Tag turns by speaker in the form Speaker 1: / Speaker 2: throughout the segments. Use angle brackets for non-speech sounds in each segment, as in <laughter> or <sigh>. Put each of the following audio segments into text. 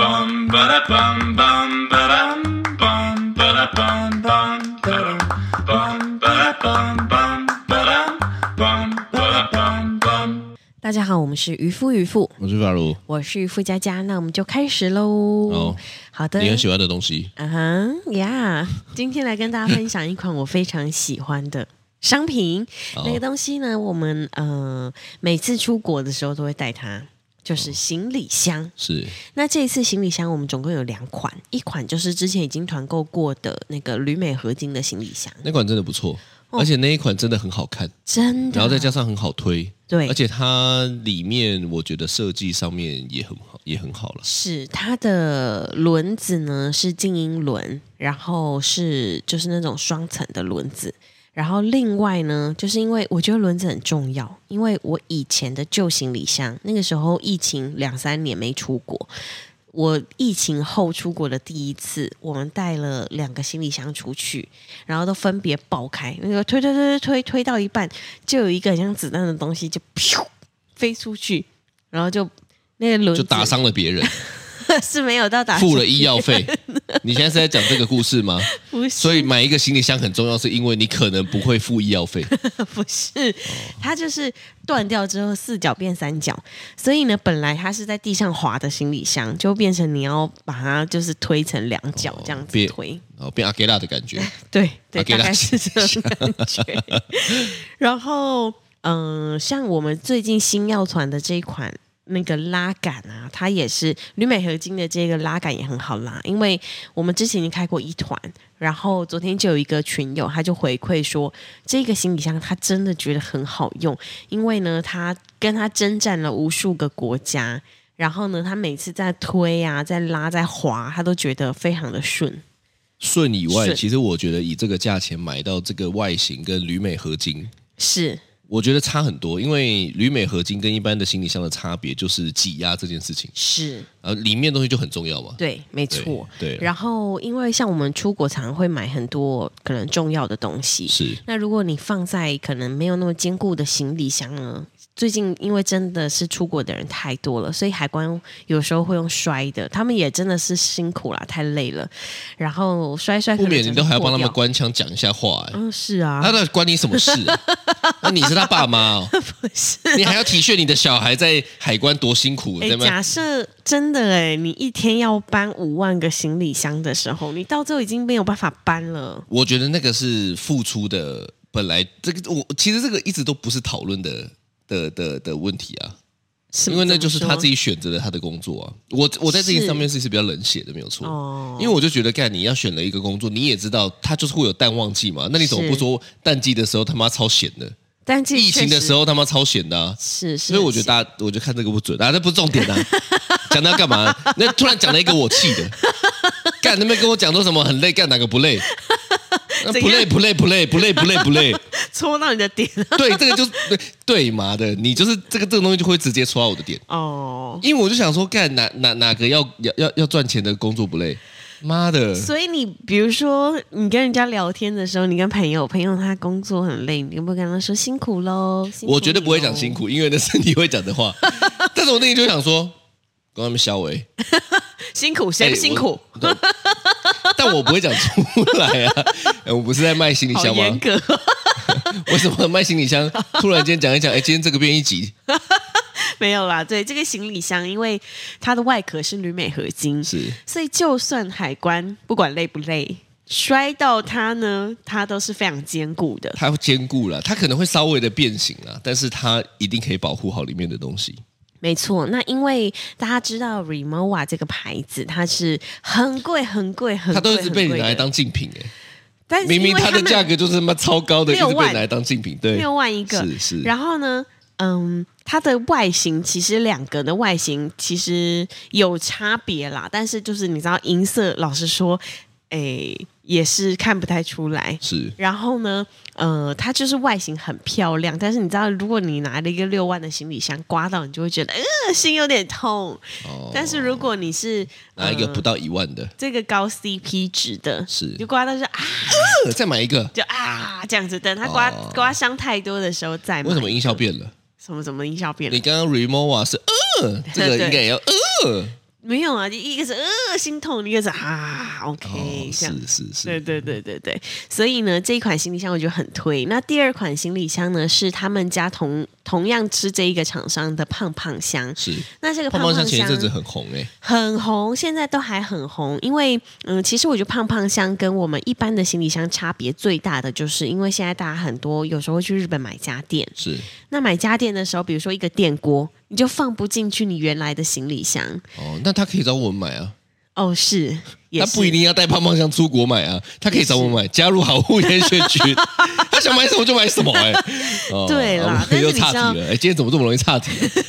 Speaker 1: bum ba da bum bum ba dum bum ba da bum bum ba dum bum ba da bum bum ba dum bum ba da bum bum.
Speaker 2: 大家好，我们是渔夫渔妇，
Speaker 3: 我是法如，
Speaker 2: 我是渔夫佳佳，那我们就开始喽。
Speaker 3: 哦
Speaker 2: 好的，
Speaker 3: 你很喜欢的东西，
Speaker 2: 嗯哼呀今天来跟大家分享一款我非常喜欢的商品。
Speaker 3: 哦
Speaker 2: 那个东西呢，我们呃每次出国的时候都会带它，就是行李箱。
Speaker 3: 是
Speaker 2: 那这一次行李箱我们总共有两款，一款就是之前已经团购过的那个铝镁合金的行李箱，
Speaker 3: 那款真的不错，而且那一款真的很好看，
Speaker 2: 哦真的，啊
Speaker 3: 然后再加上很好推，
Speaker 2: 对
Speaker 3: 而且它里面我觉得设计上面也很好，也很好了，
Speaker 2: 是它的轮子呢是静音轮，然后是就是那种双层的轮子。然后另外呢，就是因为我觉得轮子很重要，因为我以前的旧行李箱，那个时候疫情两三年没出国，我疫情后出国的第一次，我们带了两个行李箱出去，然后都分别爆开，那个推推推推推推到一半，就有一个很像子弹的东西就噗飞出去，然后就那个轮
Speaker 3: 就
Speaker 2: 子
Speaker 3: 打伤了别人，
Speaker 2: 是没有到 <laughs> 打
Speaker 3: 付了医药费。 <laughs> 你现在是在讲这个故事吗？
Speaker 2: <laughs> 不是，
Speaker 3: 所以买一个行李箱很重要，是因为你可能不会付医药
Speaker 2: <laughs>
Speaker 3: 费。
Speaker 2: 不是，它就是断掉之后四角变三角，所以呢，本来它是在地上滑的行李箱，就变成你要把它就是推成两角这样子
Speaker 3: 别
Speaker 2: 推，
Speaker 3: 哦，变阿给拉的感
Speaker 2: <laughs>
Speaker 3: 觉，
Speaker 2: 对对，
Speaker 3: 啊给
Speaker 2: 大
Speaker 3: 它
Speaker 2: 概是这种感觉。 <laughs> 然后，嗯、像我们最近新药团的这一款。那个拉杆啊，它也是铝镁合金的这个拉杆也很好拉，因为我们之前已经开过一团，然后昨天就有一个群友他就回馈说，这个行李箱他真的觉得很好用，因为呢，他跟他征战了无数个国家，然后呢，他每次在推啊、在拉、在滑，他都觉得非常的顺。
Speaker 3: 顺以外，
Speaker 2: 顺
Speaker 3: 其实我觉得以这个价钱买到这个外形跟铝镁合金，
Speaker 2: 是，
Speaker 3: 我觉得差很多。因为铝镁合金跟一般的行李箱的差别就是挤压这件事情，
Speaker 2: 是，
Speaker 3: 然后里面东西就很重要嘛。
Speaker 2: 对，没
Speaker 3: 对
Speaker 2: 错。
Speaker 3: 对，
Speaker 2: 然后，因为像我们出国，常常会买很多可能重要的东西。
Speaker 3: 是
Speaker 2: 那如果你放在可能没有那么坚固的行李箱呢？最近因为真的是出国的人太多了，所以海关有时候会用摔的，他们也真的是辛苦啦，太累了。然后摔一摔，
Speaker 3: 不免你都还要帮他们
Speaker 2: 关。
Speaker 3: 官腔讲一下话、哎，
Speaker 2: 嗯，是啊，
Speaker 3: 那那关你什么
Speaker 2: <laughs>
Speaker 3: 事、啊？那你是他爸妈哦，
Speaker 2: 不是。
Speaker 3: 你还要体恤你的小孩在海关多辛苦，
Speaker 2: 哎、
Speaker 3: 对吗？
Speaker 2: 假设真的哎、你一天要搬五万个行李箱的时候，你到最后已经没有办法搬了。
Speaker 3: 我觉得那个是付出的，本来这个我其实这个一直都不是讨论的的的的问题啊，
Speaker 2: 是
Speaker 3: 因为那就是他自
Speaker 2: 己
Speaker 3: 己选择了他的工作啊。我我在这
Speaker 2: 是
Speaker 3: 一上面是是比较冷血的，没有错。
Speaker 2: 哦
Speaker 3: 因为我就觉得，干你要选了一个工作，你也知道他就是会有淡旺季嘛，那你怎么
Speaker 2: 是
Speaker 3: 不说淡季的时候他妈超闲的，
Speaker 2: 但这
Speaker 3: 疫情的时
Speaker 2: 候
Speaker 3: 候他妈超闲的、啊？
Speaker 2: 是是，
Speaker 3: 所以我觉得
Speaker 2: 是
Speaker 3: 大家，我就看这个不准啊，那不是重
Speaker 2: <laughs>
Speaker 3: 点啊，讲他干嘛？那突然讲了一个我气的，干那边跟我讲说什么很累，干哪个不累？那
Speaker 2: <laughs> 怎
Speaker 3: 不
Speaker 2: 样
Speaker 3: 累不累不累不累不累不累，
Speaker 2: 戳到你的点 <laughs> 了。
Speaker 3: 对，这个就是对对嘛的，你就是这个这种东西就会直接戳到我的点，
Speaker 2: 哦，
Speaker 3: 因为我就想说，干哪哪哪个要要要要赚钱的工作不累？妈的，
Speaker 2: 所以你比如说你跟人家聊天的时候，你跟朋友，朋友他工作很累，你有没有跟他说辛苦喽？辛苦
Speaker 3: 我绝对不会讲
Speaker 2: 喽
Speaker 3: 辛，苦，因为那是你会讲的话， <laughs> 但是我内心就想说，跟他们消维。
Speaker 2: 辛苦谁不辛苦？
Speaker 3: 哎？我懂但我不会讲出来啊！哎我不是在卖行李
Speaker 2: 好
Speaker 3: 箱
Speaker 2: 严
Speaker 3: 吗？
Speaker 2: 格， <laughs>
Speaker 3: 为什么卖行李箱？突然间讲一讲，哎，今天这个变一集
Speaker 2: 没有啦。对，这个行李箱因为它的外壳是铝镁合金，
Speaker 3: 是
Speaker 2: 所以就算海关不管累不累，摔到它呢，它都是非常坚固的。
Speaker 3: 它坚固了，它可能会稍微的变形了，但是它一定可以保护好里面的东西。
Speaker 2: 没错，那因为大家知道 Remova 这个牌子，它是很贵、很贵、很贵，
Speaker 3: 它都一直被
Speaker 2: 很
Speaker 3: 你
Speaker 2: 贵的
Speaker 3: 拿来，当竞品哎、
Speaker 2: 但是
Speaker 3: 明明
Speaker 2: 因为
Speaker 3: 它
Speaker 2: 他
Speaker 3: 的
Speaker 2: 们
Speaker 3: 价格就是他妈超高的，一直
Speaker 2: 六
Speaker 3: 被
Speaker 2: 万
Speaker 3: 你拿来当竞品。对，
Speaker 2: 六万一个，
Speaker 3: 是是，
Speaker 2: 然后呢，嗯，它的外形其实两个的外形其实有差别啦，但是就是你知道银色，老实说，诶、也是看不太出来。
Speaker 3: 是
Speaker 2: 然后呢，呃，它就是外形很漂亮，但是你知道，如果你拿了一个六万的行李箱刮到，你就会觉得，呃，心有点痛。
Speaker 3: 哦，
Speaker 2: 但是如果你是呃
Speaker 3: 拿一
Speaker 2: 嗯
Speaker 3: 个不到一万的，
Speaker 2: 这个高 CP 值的，
Speaker 3: 是
Speaker 2: 你就刮到是啊，
Speaker 3: 呃再买一个。
Speaker 2: 就啊这样子。等它刮、
Speaker 3: 哦
Speaker 2: 刮伤太多的时候再买。
Speaker 3: 为什么音效变了？
Speaker 2: 什么什么音效变了 <laughs>
Speaker 3: 你？刚刚 Remova 啊是呃，这个
Speaker 2: 对 <laughs>
Speaker 3: 应该也要呃。
Speaker 2: 没有啊，一个是呃心痛，一个是啊 OK、
Speaker 3: 哦，
Speaker 2: 这样。
Speaker 3: 是是
Speaker 2: 对
Speaker 3: 是，
Speaker 2: 对对对对，所以呢，这一款行李箱我觉得很推。那第二款行李箱呢，是他们家同同样吃这一个厂商的胖胖箱。
Speaker 3: 是。
Speaker 2: 那这个
Speaker 3: 胖
Speaker 2: 胖
Speaker 3: 胖香
Speaker 2: 箱
Speaker 3: 前一阵子很红哎，
Speaker 2: 很红，现在都还很红。因为嗯，其实我觉得胖胖箱跟我们一般的行李箱差别最大的，就是因为现在大家很多有时候会去日本买家电，
Speaker 3: 是
Speaker 2: 那买家电的时候，比如说一个电锅，你就放不进去你原来的行李箱。
Speaker 3: 哦，那他可以找我们买啊，
Speaker 2: 哦，是，也
Speaker 3: 他
Speaker 2: 是
Speaker 3: 不一定要带胖胖香出国买啊，他可以找我们买，加入好物严选群， <laughs> 他想买什么就买什么
Speaker 2: <laughs>
Speaker 3: 哎。哦
Speaker 2: 对啦
Speaker 3: 啊我
Speaker 2: 但是
Speaker 3: 又
Speaker 2: 你知
Speaker 3: 岔
Speaker 2: 道
Speaker 3: 题了，哎，今天怎么这么容易岔题？啊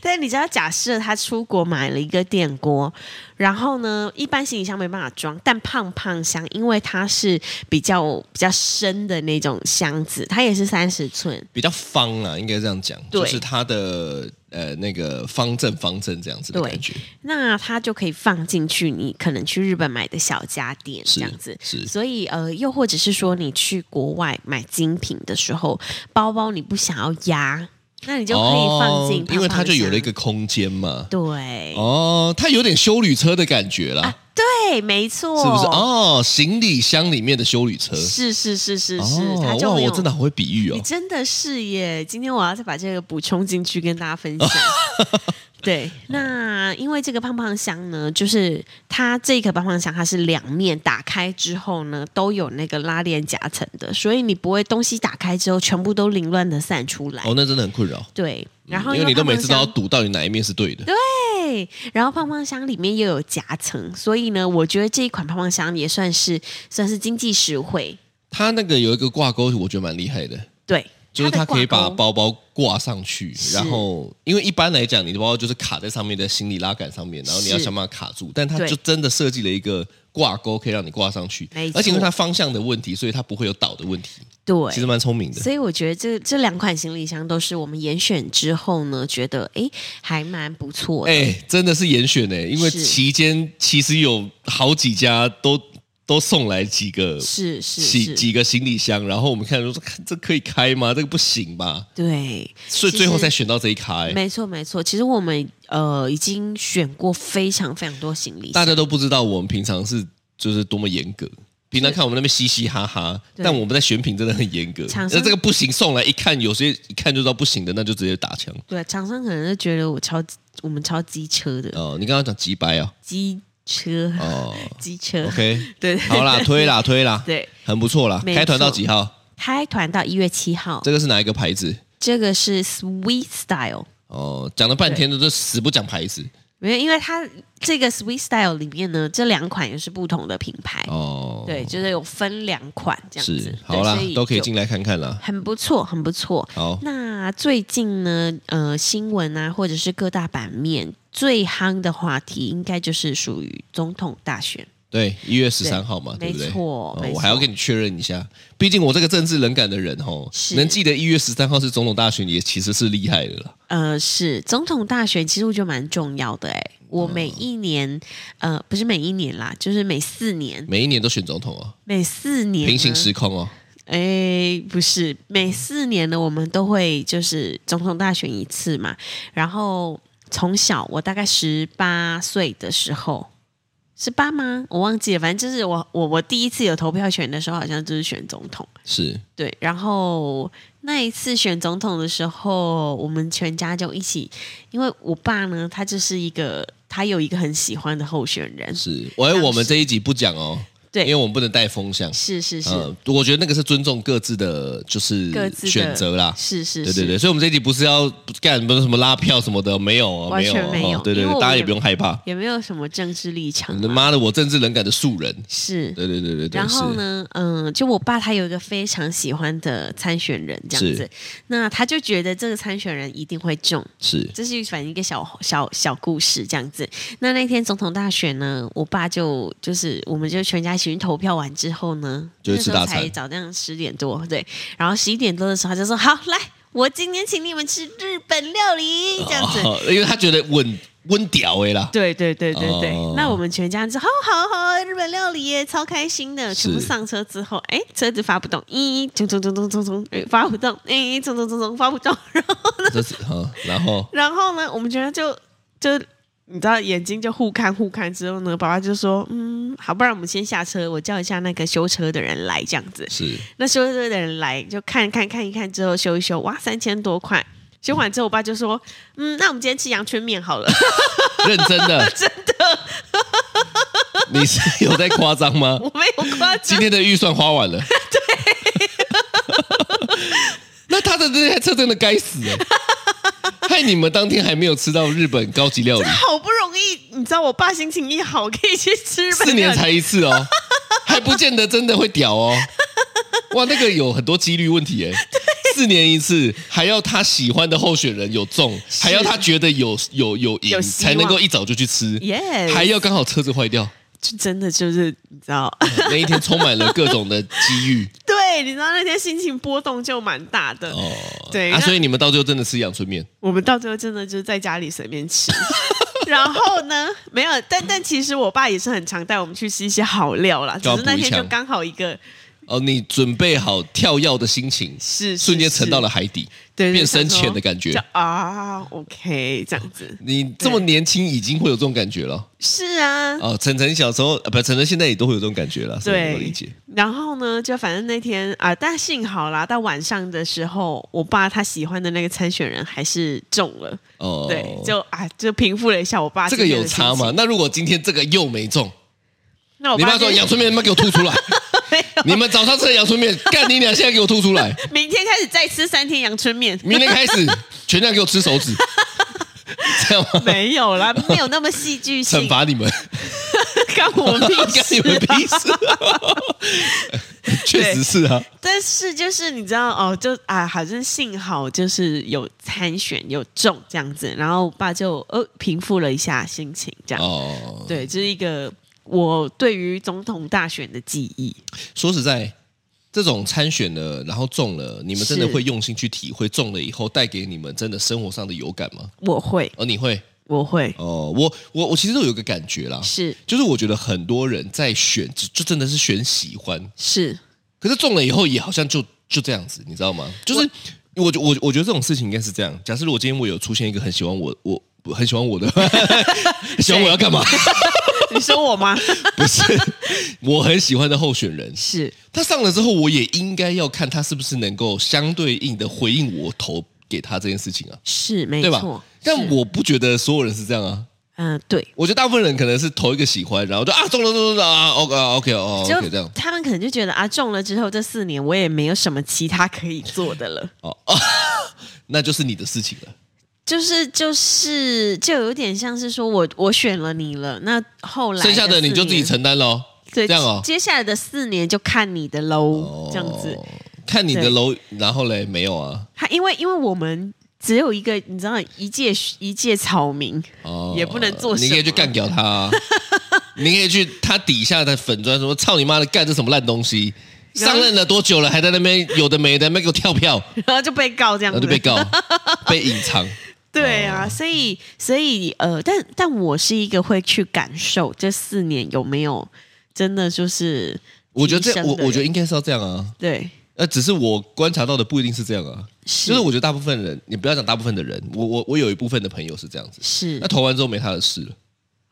Speaker 2: 但是你知道，假设他出国买了一个电锅，然后呢，一般行李箱没办法装，但胖胖箱，因为它是比较比较深的那种箱子，它也是三十寸，
Speaker 3: 比较方啊，应该这样讲，
Speaker 2: 对
Speaker 3: 就是它的呃那个方正方正这样子的
Speaker 2: 对
Speaker 3: 感觉，
Speaker 2: 那它就可以放进去你可能去日本买的小家电
Speaker 3: 是
Speaker 2: 这样子。
Speaker 3: 是
Speaker 2: 所以呃，又或者是说你去国外买精品的时候，包包你不想要压，那你就可以放进
Speaker 3: 哦
Speaker 2: 胖胖箱、
Speaker 3: 因为它就有了一个空间嘛。
Speaker 2: 对、
Speaker 3: 哦，它有点修旅车的感觉啦，
Speaker 2: 对，没错，
Speaker 3: 是不是？哦，行李箱里面的修旅车，
Speaker 2: 是是是是是，
Speaker 3: 哦
Speaker 2: 它就
Speaker 3: 哇，
Speaker 2: 没有
Speaker 3: 我真的好会比喻哦
Speaker 2: 你。 <laughs> 真的是耶！今天我要再把这个补充进去跟大家分享。
Speaker 3: <laughs>
Speaker 2: 对，那因为这个胖胖箱呢，就是它这个胖胖箱它是两面打开之后呢，都有那个拉链夹层的，所以你不会东西打开之后全部都凌乱的散出来。
Speaker 3: 哦，那真的很困扰，
Speaker 2: 对，然后
Speaker 3: 因为你都每次都
Speaker 2: 胖
Speaker 3: 要
Speaker 2: 胖箱
Speaker 3: 赌到底哪一面是对的。
Speaker 2: 对，然后胖胖箱里面又有夹层，所以呢，我觉得这一款胖胖箱也算是算是经济实惠。
Speaker 3: 它那个有一个挂钩，我觉得蛮厉害的，
Speaker 2: 对，
Speaker 3: 就是它
Speaker 2: 它的
Speaker 3: 可以
Speaker 2: 挂
Speaker 3: 把
Speaker 2: 钩
Speaker 3: 包包挂上去，
Speaker 2: 是
Speaker 3: 然后因为一般来讲，你的包包就是卡在上面的行李拉杆上面，然后你要
Speaker 2: 是
Speaker 3: 想办法卡住，但它
Speaker 2: 对
Speaker 3: 就真的设计了一个挂钩，可以让你挂上去
Speaker 2: 没，错
Speaker 3: 而且因为它方向的问题，所以它不会有倒的问题，
Speaker 2: 对，
Speaker 3: 其实蛮聪明的。
Speaker 2: 所以我觉得这这两款行李箱都是我们严选之后呢，觉得诶还蛮不错的。
Speaker 3: 哎、真的是严选哎、因为
Speaker 2: 是
Speaker 3: 期间其实有好几家都都送来几个
Speaker 2: 是是
Speaker 3: 几
Speaker 2: 是，
Speaker 3: 几个行李箱，然后我们看说看这可以开吗？这个不行吧？
Speaker 2: 对，
Speaker 3: 所以
Speaker 2: 其实
Speaker 3: 最后才选到这一卡、欸。
Speaker 2: 没错没错。其实我们呃已经选过非常非常多行李
Speaker 3: 大
Speaker 2: 箱，
Speaker 3: 家都不知道我们平常是就是多么严格。平常看我们那边嘻嘻哈哈，
Speaker 2: 对
Speaker 3: 但我们在选品真的很严格。
Speaker 2: 厂
Speaker 3: 那
Speaker 2: 商
Speaker 3: 这个不行，送来一看，有些一看就知道不行的，那就直接打枪。
Speaker 2: 对啊厂商可能就觉得我超我们超机车的
Speaker 3: 哦，你刚刚讲几百啊？
Speaker 2: 机车
Speaker 3: 哦
Speaker 2: 机车，
Speaker 3: ，OK，
Speaker 2: <laughs> 对
Speaker 3: 好啦，推啦，推啦，
Speaker 2: <laughs> 对，
Speaker 3: 很不错啦。
Speaker 2: 没错
Speaker 3: 开团到几号？
Speaker 2: 开团到一月七号，
Speaker 3: 这个是哪一个牌子？
Speaker 2: 这个是 Sweet Style。
Speaker 3: 哦，讲了半天都都死不讲牌子。
Speaker 2: 没有，因为它这个 Sweet Style 里面呢，这两款也是不同的品牌，
Speaker 3: 哦，
Speaker 2: 对，，就是有分两款这样子
Speaker 3: 是，好啦
Speaker 2: 对所，
Speaker 3: 都可以
Speaker 2: 就
Speaker 3: 进来哦看看啦。
Speaker 2: 很不错，很不错。
Speaker 3: 好，
Speaker 2: 那最近呢，呃，新闻啊，或者是各大版面最夯的话题，应该就是属于总统大选。
Speaker 3: 对，一月十三号嘛，
Speaker 2: 对
Speaker 3: 对不对？
Speaker 2: 没错
Speaker 3: 哦
Speaker 2: 没错
Speaker 3: 我还要跟你确认一下，毕竟我这个政治冷感的人哦
Speaker 2: 是，
Speaker 3: 能记得一月十三号是总统大选，也其实是厉害的啦。
Speaker 2: 呃，是总统大选，其实我觉得蛮重要的哎、
Speaker 3: 哦
Speaker 2: 我每一年，呃，不是每一年啦，就是每四年，
Speaker 3: 每一年都选总统哦，
Speaker 2: 每四年呢
Speaker 3: 平行时空哦，
Speaker 2: 哎，不是，每四年呢，我们都会就是总统大选一次嘛。然后从小我大概十八岁的时候，十八吗？我忘记了，反正就是我我我第一次有投票权的时候，好像就是选总统。
Speaker 3: 是
Speaker 2: 对，然后那一次选总统的时候，我们全家就一起，因为我爸呢，他就是一个他有一个很喜欢的候选人，
Speaker 3: 是。喂，
Speaker 2: 当时
Speaker 3: 我们这一集不讲哦，
Speaker 2: 对
Speaker 3: 因为我们不能带风向。
Speaker 2: 是是是，
Speaker 3: 嗯，我觉得那个是尊重各自的，就是
Speaker 2: 各自的
Speaker 3: 选择啦。
Speaker 2: 是是
Speaker 3: 对
Speaker 2: 是，
Speaker 3: 对对，所以我们这一集不是要干什么什么拉票什么的，没有哦，
Speaker 2: 完全
Speaker 3: 哦
Speaker 2: 没有
Speaker 3: 哦对对
Speaker 2: 因为我
Speaker 3: 对，
Speaker 2: 们
Speaker 3: 大家也
Speaker 2: 也
Speaker 3: 不用害怕。
Speaker 2: 也没有什么政治立场
Speaker 3: 你
Speaker 2: 嘛，
Speaker 3: 妈的，我政治冷感的素人。
Speaker 2: 是。
Speaker 3: 对对对对对。
Speaker 2: 然后
Speaker 3: 是？
Speaker 2: 呢，嗯，就我爸他有一个非常喜欢的参选人这样子
Speaker 3: 是，
Speaker 2: 那他就觉得这个参选人一定会中，
Speaker 3: 是
Speaker 2: 这是反正一个小小小故事这样子。那那天总统大选呢，我爸就就是我们就全家一起去投票完之后呢，
Speaker 3: 就去吃大
Speaker 2: 那时候才
Speaker 3: 餐
Speaker 2: 早上十点多对，然后十一点多的时候他就说好来。我今天请你们吃日本料理，这样子。
Speaker 3: 哦，因为他觉得稳温屌哎啦，
Speaker 2: <laughs> 对对对对对，
Speaker 3: 哦
Speaker 2: 那我们全家就好好好，日本料理耶，超开心的。
Speaker 3: 是
Speaker 2: 全部上车之后，哎，车子发不动，咦，冲冲冲冲冲冲，哎发不动，哎， <laughs> 冲冲冲冲发不动。然后
Speaker 3: 哦这是哈、然后
Speaker 2: 然后呢，我们全家就就你知道眼睛就互看互看之后呢，爸爸就说：“嗯，好，不然我们先下车，我叫一下那个修车的人来，这样子。
Speaker 3: 是”
Speaker 2: 那修车的人来就看看看一看之后修一修，哇，三千多块。修完之后，我爸就说：“嗯，那我们今天吃阳春面好了。 <laughs>？
Speaker 3: 认真的，真的。你是有在夸张吗”
Speaker 2: 我没有夸
Speaker 3: 今
Speaker 2: 张，
Speaker 3: 天的预算花完了。
Speaker 2: <laughs>
Speaker 3: 对。 <laughs> 那他的这台车真的该死哎、害你们当天还没有吃到日本高级料理，
Speaker 2: 好不容易，你知道我爸心情一好，可以去吃日本
Speaker 3: 四
Speaker 2: 料
Speaker 3: 年
Speaker 2: 理
Speaker 3: 才一次
Speaker 2: <laughs>
Speaker 3: 哦，还不见得真的会屌哦。哇，那个有很多几率问题哎、四年一次，还要他喜欢的候选人有中，还要他觉得有有有赢，
Speaker 2: 有希
Speaker 3: 才
Speaker 2: 望
Speaker 3: 能够一早就去吃，
Speaker 2: Yes
Speaker 3: 还要刚好车子坏
Speaker 2: <laughs>
Speaker 3: 掉，
Speaker 2: 就真的就是你知
Speaker 3: <laughs>
Speaker 2: 道，
Speaker 3: 那一天充满了各种的机遇
Speaker 2: 对，你知道那天心情波动就蛮大的。
Speaker 3: 哦。
Speaker 2: <laughs> 对
Speaker 3: 啊，
Speaker 2: 那
Speaker 3: 所以你们到最后真的吃阳春面。
Speaker 2: 我们到最后真的就是在家里随便吃。 <laughs> 然后呢，没有，但但其实我爸也是很常带我们去吃一些好料啦，只
Speaker 3: 就要
Speaker 2: 是那
Speaker 3: 补一
Speaker 2: 天就
Speaker 3: 枪
Speaker 2: 刚好一个
Speaker 3: 哦，你准备好跳跃的心情，
Speaker 2: 是
Speaker 3: 瞬间沉到了，海底，
Speaker 2: 对，
Speaker 3: 变
Speaker 2: 就想
Speaker 3: 深
Speaker 2: 说
Speaker 3: 浅的感哦觉
Speaker 2: 就。啊，OK，这样子
Speaker 3: 你这么年轻已经会有这种感觉了
Speaker 2: 是啊，
Speaker 3: 哦，晨晨小时候，呃不，晨晨现在也都会有这种感觉了，所以我能理
Speaker 2: 对
Speaker 3: 解。。
Speaker 2: 然后呢，就反正那天啊，但幸好啦，到晚上的时候，我爸他喜欢的那个参选人还是中了，
Speaker 3: 哦，
Speaker 2: 对，就啊，就平复了一下我爸
Speaker 3: 这个
Speaker 2: 今天
Speaker 3: 有
Speaker 2: 的心
Speaker 3: 差吗
Speaker 2: 情？？
Speaker 3: 那如果今天这个又没中，
Speaker 2: 那我
Speaker 3: 你
Speaker 2: 爸
Speaker 3: 妈说
Speaker 2: 就 <laughs>
Speaker 3: 阳春面他妈给我吐出来，
Speaker 2: 没有
Speaker 3: 你们早上吃的阳春面，干你俩现在给我吐出
Speaker 2: <laughs>
Speaker 3: 来，
Speaker 2: 明天开始再吃三天阳春
Speaker 3: <laughs>
Speaker 2: 面。
Speaker 3: 明天开始全家给我吃手
Speaker 2: <laughs>
Speaker 3: 指，这样吗？
Speaker 2: 没有啦，没有那么戏剧性
Speaker 3: 惩，罚你们。
Speaker 2: <laughs> 干我屁
Speaker 3: 干你们
Speaker 2: 事、啊。
Speaker 3: 屁事、 <laughs> 确实是啊，
Speaker 2: <laughs> 但是就是你知道哦，就啊，好像幸好就是有参选有中这样子，然后我爸就呃平复了一下心情，这样、
Speaker 3: 哦，
Speaker 2: 对，这、是一个我对于总统大选的记忆。
Speaker 3: 说实在，这种参选了，然后中了，你们真的
Speaker 2: 是
Speaker 3: 会用心去体会中了以后带给你们真的生活上的有感吗？
Speaker 2: 我会，
Speaker 3: 哦，你会
Speaker 2: 我会，
Speaker 3: 哦，我我我其实都有一个感觉啦，
Speaker 2: 是
Speaker 3: 就是我觉得很多人在选，就就真的是选喜欢，
Speaker 2: 是，
Speaker 3: 可是中了以后也好像就就这样子，你知道吗？就是我我我我觉得这种事情应该是这样。假设如果今天我有出现一个很喜欢我我我很喜欢我
Speaker 2: <laughs>
Speaker 3: 的，喜欢我要干嘛？
Speaker 2: <laughs> 你说我吗？
Speaker 3: <laughs> 不是我很喜欢的候选人，
Speaker 2: 是
Speaker 3: 他上了之后，我也应该要看他是不是能够相对应的回应我投给他这件事情啊，
Speaker 2: 是，没
Speaker 3: 对吧
Speaker 2: 错。？
Speaker 3: 但我不觉得所有人是这样啊，
Speaker 2: 嗯、对，
Speaker 3: 我觉得大部分人可能是投一个喜欢，然后就啊中了中了中了啊，OK 啊 OK 哦
Speaker 2: 就
Speaker 3: OK 这样
Speaker 2: 他们可能就觉得啊，中了之后这四年我也没有什么其他可以做的了。
Speaker 3: 哦哦，那就是你的事情了。
Speaker 2: 就是就是，就有点像是说我我选了你了，那后来
Speaker 3: 剩下的你就自己
Speaker 2: 四年
Speaker 3: 承担喽。
Speaker 2: 对
Speaker 3: 这样哦
Speaker 2: 接下来的四年就看你的喽，这样子。
Speaker 3: 哦，看你的
Speaker 2: 对
Speaker 3: 楼，然后嘞没有啊，
Speaker 2: 他因为因为我们只有一个，你知道一介一介草民，
Speaker 3: 哦，
Speaker 2: 也不能做什
Speaker 3: 你
Speaker 2: 么
Speaker 3: 可以去干掉他、
Speaker 2: <laughs>
Speaker 3: 啊，你可以去他底下的粉砖说：“操你妈的，干这什么烂东西！”
Speaker 2: 然后
Speaker 3: 上任了多久了，还在那边有的没的，那边给我跳
Speaker 2: <laughs>
Speaker 3: 票，
Speaker 2: 然后就被告这样
Speaker 3: 然后就
Speaker 2: 子，
Speaker 3: 被
Speaker 2: <laughs>
Speaker 3: 哦告，被隐藏。
Speaker 2: 对啊，所以所以呃，但但我是一个会去感受这四年有没有真的就是
Speaker 3: 我觉得
Speaker 2: 提
Speaker 3: 这，
Speaker 2: 升
Speaker 3: 我
Speaker 2: 的人
Speaker 3: 我觉得应该是要这样啊。
Speaker 2: 对
Speaker 3: 呃，只是我观察到的不一定是这样啊。
Speaker 2: 是
Speaker 3: 就是我觉得大部分人，你不要讲大部分的人，我我我有一部分的朋友是这样子。
Speaker 2: 是
Speaker 3: 那投完之后没他的事了。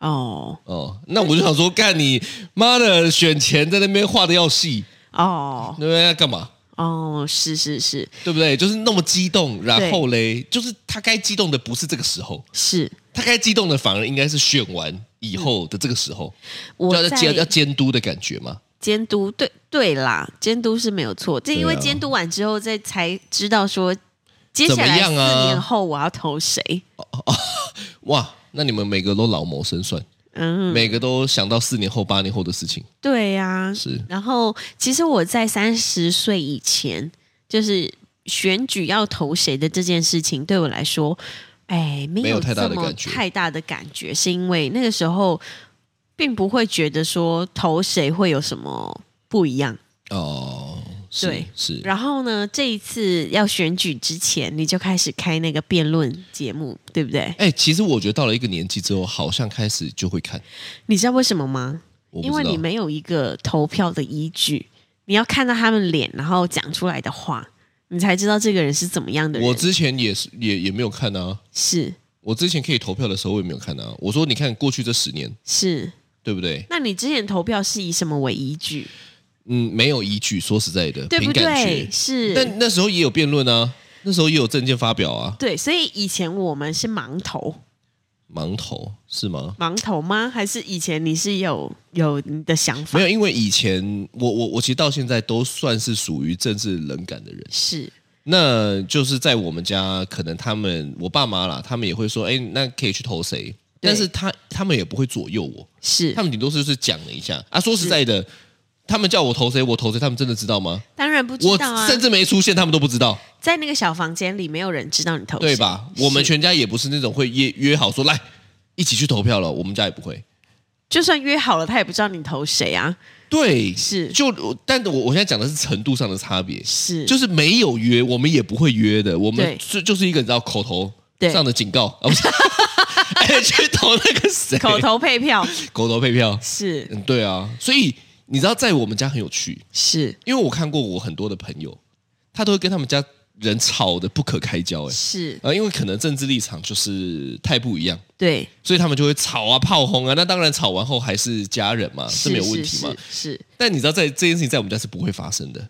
Speaker 2: 哦
Speaker 3: 哦，那我就想说，干你妈的，选前在那边画的要细，
Speaker 2: 哦
Speaker 3: 对不对？要干嘛？
Speaker 2: 哦，是是是
Speaker 3: 对不对？就是那么激动，然
Speaker 2: 对
Speaker 3: 后嘞，就是他该激动的不是这个时候，
Speaker 2: 是，
Speaker 3: 他该激动的反而应该是选完以后的这个时候，
Speaker 2: 嗯我
Speaker 3: 啊就要
Speaker 2: 在
Speaker 3: 监要监督的感觉嘛。
Speaker 2: 监督，对对啦，监督是没有错，
Speaker 3: 啊
Speaker 2: 这因为监督完之后，再才知道说接下来
Speaker 3: 怎
Speaker 2: 四
Speaker 3: 么样啊
Speaker 2: 年后我要投谁。
Speaker 3: 哇，那你们每个都老谋深算，
Speaker 2: 嗯，
Speaker 3: 每个都想到四年后、八年后的事情，
Speaker 2: 对啊呀、
Speaker 3: 是
Speaker 2: 然后其实我在三十岁以前，就是选举要投谁的这件事情，对我来说，哎，没
Speaker 3: 没有太大的
Speaker 2: 这么
Speaker 3: 感觉
Speaker 2: 太大的感觉，是因为那个时候并不会觉得说投谁会有什么不一样。
Speaker 3: 哦。是
Speaker 2: 对
Speaker 3: 是，
Speaker 2: 然后呢，这一次要选举之前，你就开始开那个辩论节目，对不对？
Speaker 3: 哎、其实我觉得到了一个年纪之后，好像开始就会看，
Speaker 2: 你知道为什么吗？
Speaker 3: 我不
Speaker 2: 因为
Speaker 3: 知道
Speaker 2: 你没有一个投票的依据，你要看到他们脸，然后讲出来的话，你才知道这个人是怎么样的人。
Speaker 3: 我之前也是也也没有看啊，
Speaker 2: 是，
Speaker 3: 我之前可以投票的时候，我也没有看啊。我说，你看过去这十年，
Speaker 2: 是，
Speaker 3: 对不对？
Speaker 2: 那你之前投票是以什么为依据？
Speaker 3: 嗯，没有依据，说实在的，
Speaker 2: 对
Speaker 3: 凭
Speaker 2: 不
Speaker 3: 感觉
Speaker 2: 对？。是，
Speaker 3: 但那时候也有辩论啊，那时候也有证件发表啊。
Speaker 2: 对，所以以前我们是盲投，
Speaker 3: 盲投是吗？
Speaker 2: 盲投吗？还是以前你是有有你的想法？
Speaker 3: 没有，因为以前我我我其实到现在都算是属于政治冷感的人。
Speaker 2: 是
Speaker 3: 那就是在我们家，可能他们我爸妈啦，他们也会说，哎，那可以去投谁？
Speaker 2: 对
Speaker 3: 但是他他们也不会左右我，
Speaker 2: 是
Speaker 3: 他，们顶多是就是讲了一下啊。说实在的，他们叫我投谁，我投谁，他们真的知道吗？
Speaker 2: 当然不知
Speaker 3: 我
Speaker 2: 道啊。
Speaker 3: 甚至没出现，他们都不知道，
Speaker 2: 在那个小房间里，没有人知道你投
Speaker 3: 对
Speaker 2: 谁
Speaker 3: 吧？我们
Speaker 2: 是
Speaker 3: 全家也不是那种会约约好说来一起去投票了，我们家也不会。
Speaker 2: 就算约好了，他也不知道你投谁啊。
Speaker 3: 对，
Speaker 2: 是
Speaker 3: 就但我我现在讲的是程度上的差别，
Speaker 2: 是，
Speaker 3: 就是没有约，我们也不会约的。我们
Speaker 2: 对
Speaker 3: 就就是一个你知道口头
Speaker 2: 对
Speaker 3: 上的警告 <laughs> 啊，不是？哎，去投那个谁？
Speaker 2: 口头配票
Speaker 3: 口头配票。
Speaker 2: 是
Speaker 3: 嗯，对啊。所以你知道，在我们家很有趣，
Speaker 2: 是
Speaker 3: 因为我看过我很多的朋友，他都会跟他们家人吵得不可开交、哎，
Speaker 2: 是，
Speaker 3: 啊，因为可能政治立场就是太不一样。
Speaker 2: 对，
Speaker 3: 所以他们就会吵啊、炮轰啊，那当然吵完后还是家人嘛，
Speaker 2: 是
Speaker 3: 是没有问题嘛。
Speaker 2: 是是是
Speaker 3: 但你知道在，这件事情在我们家是不会发生的，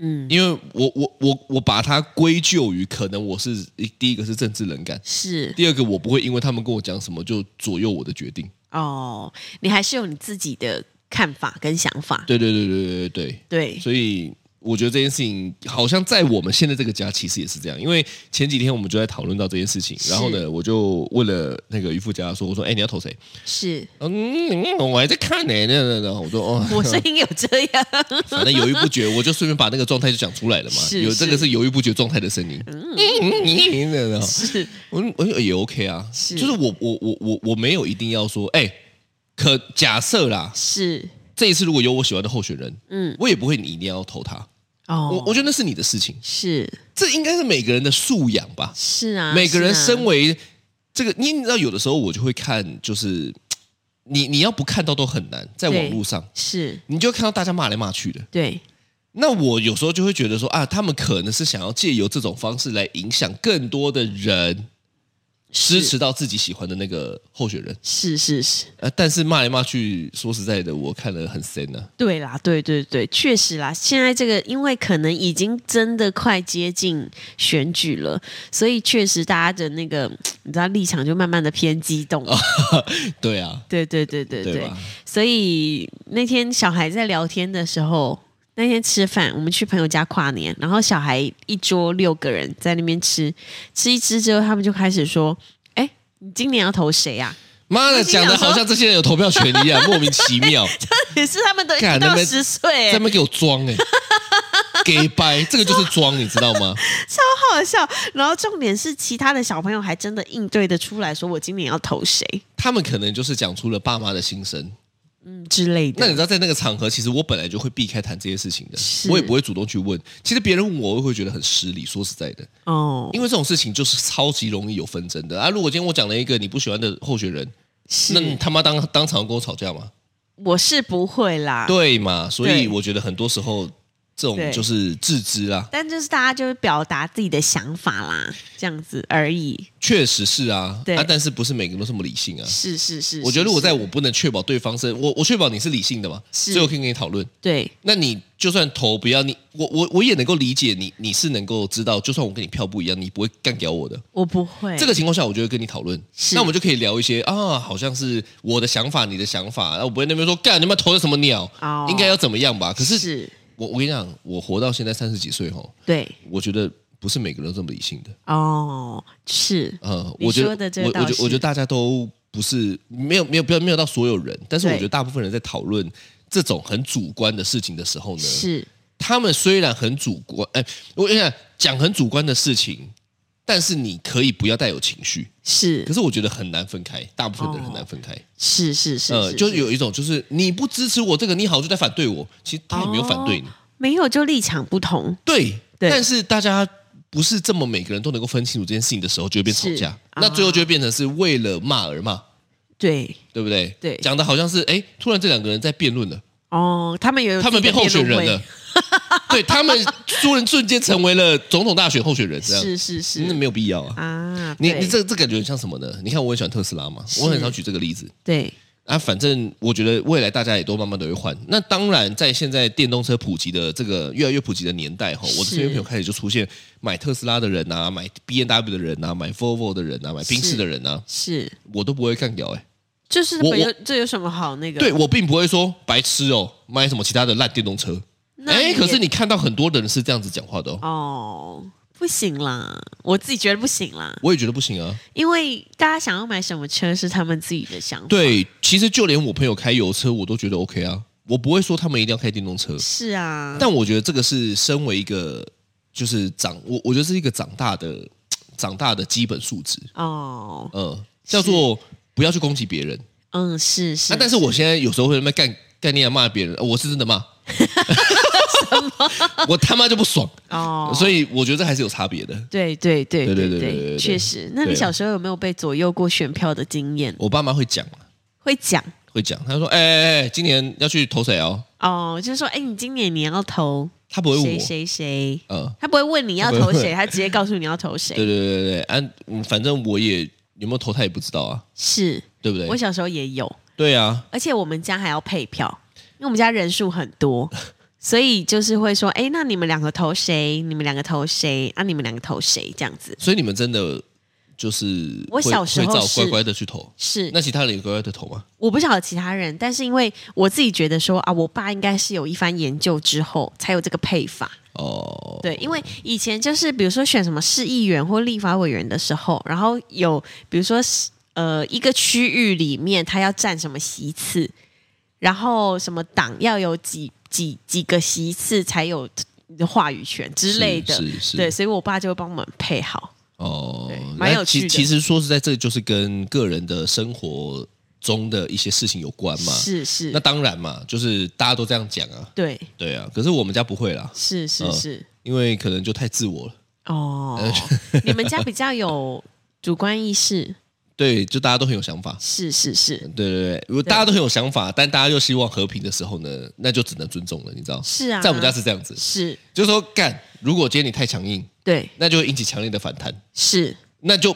Speaker 2: 嗯
Speaker 3: 因为我我我我把它归咎于可能我是第一个是政治冷感，
Speaker 2: 是
Speaker 3: 第二个我不会因为他们跟我讲什么就左右我的决定。
Speaker 2: 哦，你还是有你自己的看法跟想法。
Speaker 3: 对对对对对对
Speaker 2: 对
Speaker 3: 对，所以我觉得这件事情好像在我们现在这个家其实也是这样，因为前几天我们就在讨论到这件事情，然后呢，我就问了那个渔夫家说，我说，哎，你要投谁？
Speaker 2: 是，
Speaker 3: 嗯，我还在看呢、那那那，我说哦，
Speaker 2: 我声音有这
Speaker 3: <laughs>
Speaker 2: 样，
Speaker 3: 反正犹豫不决，我就顺便把那个状态就讲出来了嘛。
Speaker 2: 是
Speaker 3: 有
Speaker 2: 是
Speaker 3: 这个是犹豫不决状态的声音，嗯，那个
Speaker 2: 是
Speaker 3: 我我也 OK 啊，
Speaker 2: 是
Speaker 3: 就是我我我我我没有一定要说，哎、可假设啦，
Speaker 2: 是，
Speaker 3: 这一次如果有我喜欢的候选人，
Speaker 2: 嗯，
Speaker 3: 我也不会你一定要投他，
Speaker 2: 哦，
Speaker 3: 我我觉得那是你的事情，
Speaker 2: 是
Speaker 3: 这应该是每个人的素养吧，
Speaker 2: 是啊，
Speaker 3: 每个人
Speaker 2: 是啊
Speaker 3: 身为这个，你你知道有的时候我就会看，就是你你要不看到都很难，在
Speaker 2: 对
Speaker 3: 网络上
Speaker 2: 是
Speaker 3: 你就看到大家骂来骂去的。
Speaker 2: 对
Speaker 3: 那我有时候就会觉得说啊，他们可能是想要借由这种方式来影响更多的人支持到自己喜欢的那个候选人。
Speaker 2: 是是是，
Speaker 3: 呃，但是骂来骂去，说实在的，我看了很深啊。
Speaker 2: 对啦，对对对，确实啦。现在这个，因为可能已经真的快接近选举了，所以确实大家的那个，你知道立场就慢慢的偏激动。
Speaker 3: 对啊，
Speaker 2: 对对对对对，
Speaker 3: 对吧？
Speaker 2: 所以那天小孩在聊天的时候，那天吃饭，我们去朋友家跨年，然后小孩一桌六个人在那边吃，吃一吃之后，他们就开始说：“哎，你今年要投谁啊？”
Speaker 3: 妈
Speaker 2: 我
Speaker 3: 的，
Speaker 2: 心想
Speaker 3: 讲的好像这些人有投票权一样，莫 <laughs> 名其
Speaker 2: <laughs>
Speaker 3: 妙，
Speaker 2: 也是他们都已经
Speaker 3: 干那
Speaker 2: 到
Speaker 3: 边
Speaker 2: 十岁、
Speaker 3: 在那
Speaker 2: 欸，
Speaker 3: 边给我装哎、欸，给掰，这个就是装，你知道吗？
Speaker 2: 好好笑。然后重点是，其他的小朋友还真的应对的出来，说我今年要投谁、
Speaker 3: 他们可能就是讲出了爸妈的心声。
Speaker 2: 嗯、之类
Speaker 3: 那你
Speaker 2: 的。
Speaker 3: 知道，在那个场合，其实我本来就会避开谈这些事情的
Speaker 2: 是，
Speaker 3: 我也不会主动去问。其实别人问我，我也会觉得很失礼。说实在的，
Speaker 2: 哦，
Speaker 3: 因为这种事情就是超级容易有纷争的啊！如果今天我讲了一个你不喜欢的候选人，
Speaker 2: 是
Speaker 3: 那你他妈当当场跟我吵架嘛？
Speaker 2: 我是不会啦。
Speaker 3: 对嘛？所以
Speaker 2: 啊对
Speaker 3: 我觉得很多时候这
Speaker 2: 对
Speaker 3: 种就是自知啊，
Speaker 2: 但就是大家就是表达自己的想法啦，这样子而已。
Speaker 3: 确实是啊，
Speaker 2: 对
Speaker 3: 啊，但是不是每个人都这么理性啊？
Speaker 2: 是是是，
Speaker 3: 我觉得如果
Speaker 2: 是
Speaker 3: 在我不能确保对方是我，我确保你是理性的嘛，
Speaker 2: 是
Speaker 3: 所以我可以跟你讨论。
Speaker 2: 对
Speaker 3: 那你就算投不要你，我我我也能够理解你，你是能够知道，就算我跟你票不一样，你不会干掉我的。
Speaker 2: 我不会
Speaker 3: 这个情况下，我就会跟你讨论，
Speaker 2: 是
Speaker 3: 那我们就可以聊一些啊，好像是我的想法，你的想法，然后我不会那边说干你们投的什么鸟，
Speaker 2: 哦
Speaker 3: 应该要怎么样吧？可是
Speaker 2: 是
Speaker 3: 我我跟你讲，我活到现在三十几岁吼，
Speaker 2: 对
Speaker 3: 我觉得不是每个人都这么理性的，
Speaker 2: 哦，是
Speaker 3: 呃，
Speaker 2: 你
Speaker 3: 我觉
Speaker 2: 说的
Speaker 3: 得
Speaker 2: 这
Speaker 3: 我
Speaker 2: 个
Speaker 3: 我
Speaker 2: 倒
Speaker 3: 觉得
Speaker 2: 是
Speaker 3: 我觉得大家都不是没有没有不要没有到所有人，但是我
Speaker 2: 对
Speaker 3: 觉得大部分人在讨论这种很主观的事情的时候呢，
Speaker 2: 是
Speaker 3: 他们虽然很主观，哎，我跟你讲，讲很主观的事情，但是你可以不要带有情绪。可
Speaker 2: 是
Speaker 3: 是我觉得很难分开，大部分的人很难分开。
Speaker 2: 是是哦是，
Speaker 3: 呃，就是有一种就是你不支持我这个，你好像就在反对我，其实他也没有反对你。
Speaker 2: 没有就立场不同，
Speaker 3: 对，
Speaker 2: 哦对
Speaker 3: 但是大家不是这么每个人都能够分清楚这件事情的时候，就会变吵
Speaker 2: 是
Speaker 3: 架。
Speaker 2: 啊
Speaker 3: 那最后就会变成是为了骂而骂，
Speaker 2: 对
Speaker 3: 对不对？
Speaker 2: 对
Speaker 3: 讲的好像是哎，诶突然这两个人在辩论了。
Speaker 2: 哦，他们有
Speaker 3: 他们变候选人
Speaker 2: 自己的辩论
Speaker 3: 了
Speaker 2: 会，。
Speaker 3: 对他们突然瞬间成为了总统大选候选人，这样
Speaker 2: 是是
Speaker 3: 那
Speaker 2: 是
Speaker 3: 没有必要啊。
Speaker 2: 啊，
Speaker 3: 你
Speaker 2: 对
Speaker 3: 你这这感觉很像什么呢？你看我很喜欢特斯拉嘛，我很少举这个例子
Speaker 2: 对
Speaker 3: 啊。反正我觉得未来大家也都慢慢的会换。那当然，在现在电动车普及的这个越来越普及的年代哈，我的
Speaker 2: 是
Speaker 3: 身边朋友开始就出现买特斯拉的人啊，买 B N W 的人啊，买 Volvo 的人啊，买宾士的人啊，
Speaker 2: 是，
Speaker 3: 我都不会干掉哎、
Speaker 2: 就是
Speaker 3: 我我
Speaker 2: 有这有什么好那个？
Speaker 3: 对我并不会说白痴哦，买什么其他的烂电动车。
Speaker 2: 那
Speaker 3: 哎，
Speaker 2: 也
Speaker 3: 可是你看到很多的人是这样子讲话的哦，
Speaker 2: 哦，不行啦，我自己觉得不行啦，
Speaker 3: 我也觉得不行啊。
Speaker 2: 因为大家想要买什么车是他们自己的想法。，
Speaker 3: 对，其实就连我朋友开油车，我都觉得 OK 啊，我不会说他们一定要开电动车。
Speaker 2: 是啊，
Speaker 3: 但我觉得这个是身为一个就是长，我我觉得是一个长大的长大的基本素质，
Speaker 2: 哦，
Speaker 3: 嗯，叫做不要去攻击别人。
Speaker 2: 嗯，是是，
Speaker 3: 那、啊但是我现在有时候会在那边干干念骂别人，呃我是真的骂， <laughs> 我他妈就不爽，
Speaker 2: 哦，
Speaker 3: 所以我觉得这还是有差别的。
Speaker 2: 对对对
Speaker 3: 对对对对对
Speaker 2: 对，
Speaker 3: 对
Speaker 2: 确实。那你
Speaker 3: 对啊
Speaker 2: 小时候有没有被左右过选票的经验？
Speaker 3: 我爸妈会讲，
Speaker 2: 会讲
Speaker 3: 会讲，他说：“哎哎哎，今年要去投谁哦
Speaker 2: 哦，就是说，哎，你今年你要投？”
Speaker 3: 他不会问
Speaker 2: 谁
Speaker 3: 我，
Speaker 2: 谁谁？
Speaker 3: 嗯，
Speaker 2: 他不会问你要
Speaker 3: 他不
Speaker 2: 投
Speaker 3: 会
Speaker 2: 谁，他直接告诉你要投
Speaker 3: 对
Speaker 2: 谁。
Speaker 3: 对对对对，啊，嗯反正我也有没有投他也不知道啊，
Speaker 2: 是
Speaker 3: 对不对
Speaker 2: 我？小时候也有，
Speaker 3: 对啊，
Speaker 2: 而且我们家还要配票，因为我们家人数很多， <laughs> 所以就是会说，哎，那你们两个投谁？你们两个投谁？啊，你们两个投谁？这样子
Speaker 3: 所以你们真的就是
Speaker 2: 我
Speaker 3: 会
Speaker 2: 小时候
Speaker 3: 会照
Speaker 2: 是
Speaker 3: 乖乖的去投，
Speaker 2: 是。
Speaker 3: 那其他人也乖乖的投吗？
Speaker 2: 我不晓得其他人，但是因为我自己觉得说啊，我爸应该是有一番研究之后才有这个配法。
Speaker 3: 哦，
Speaker 2: 对，因为以前就是比如说选什么市议员或立法委员的时候，然后有比如说是呃一个区域里面他要占什么席次，然后什么党要有几几几个席次才有话语权之类的。
Speaker 3: 是是是
Speaker 2: 对，所以我爸就会帮我们配好。
Speaker 3: 哦
Speaker 2: 对，蛮
Speaker 3: 那
Speaker 2: 有趣的
Speaker 3: 其其实说实在，这就是跟个人的生活中的一些事情有关嘛。
Speaker 2: 是是
Speaker 3: 那，当然嘛，就是大家都这样讲啊，
Speaker 2: 对，
Speaker 3: 对啊。可是我们家不会啦，
Speaker 2: 是是
Speaker 3: 嗯
Speaker 2: 是。
Speaker 3: 因为可能就太自我了。
Speaker 2: 哦，你们家比较有主观
Speaker 3: <laughs>
Speaker 2: 意识，
Speaker 3: 对，就大家都很有想法。
Speaker 2: 是是是
Speaker 3: 对对对，如果大家都很有想法，但大家又希望和平的时候呢，那就只能尊重了，你知道？
Speaker 2: 是啊，
Speaker 3: 在我们家是这样子，
Speaker 2: 是，
Speaker 3: 就是说干，如果今天你太强硬，
Speaker 2: 对，
Speaker 3: 那就会引起强烈的反弹，
Speaker 2: 是
Speaker 3: 那就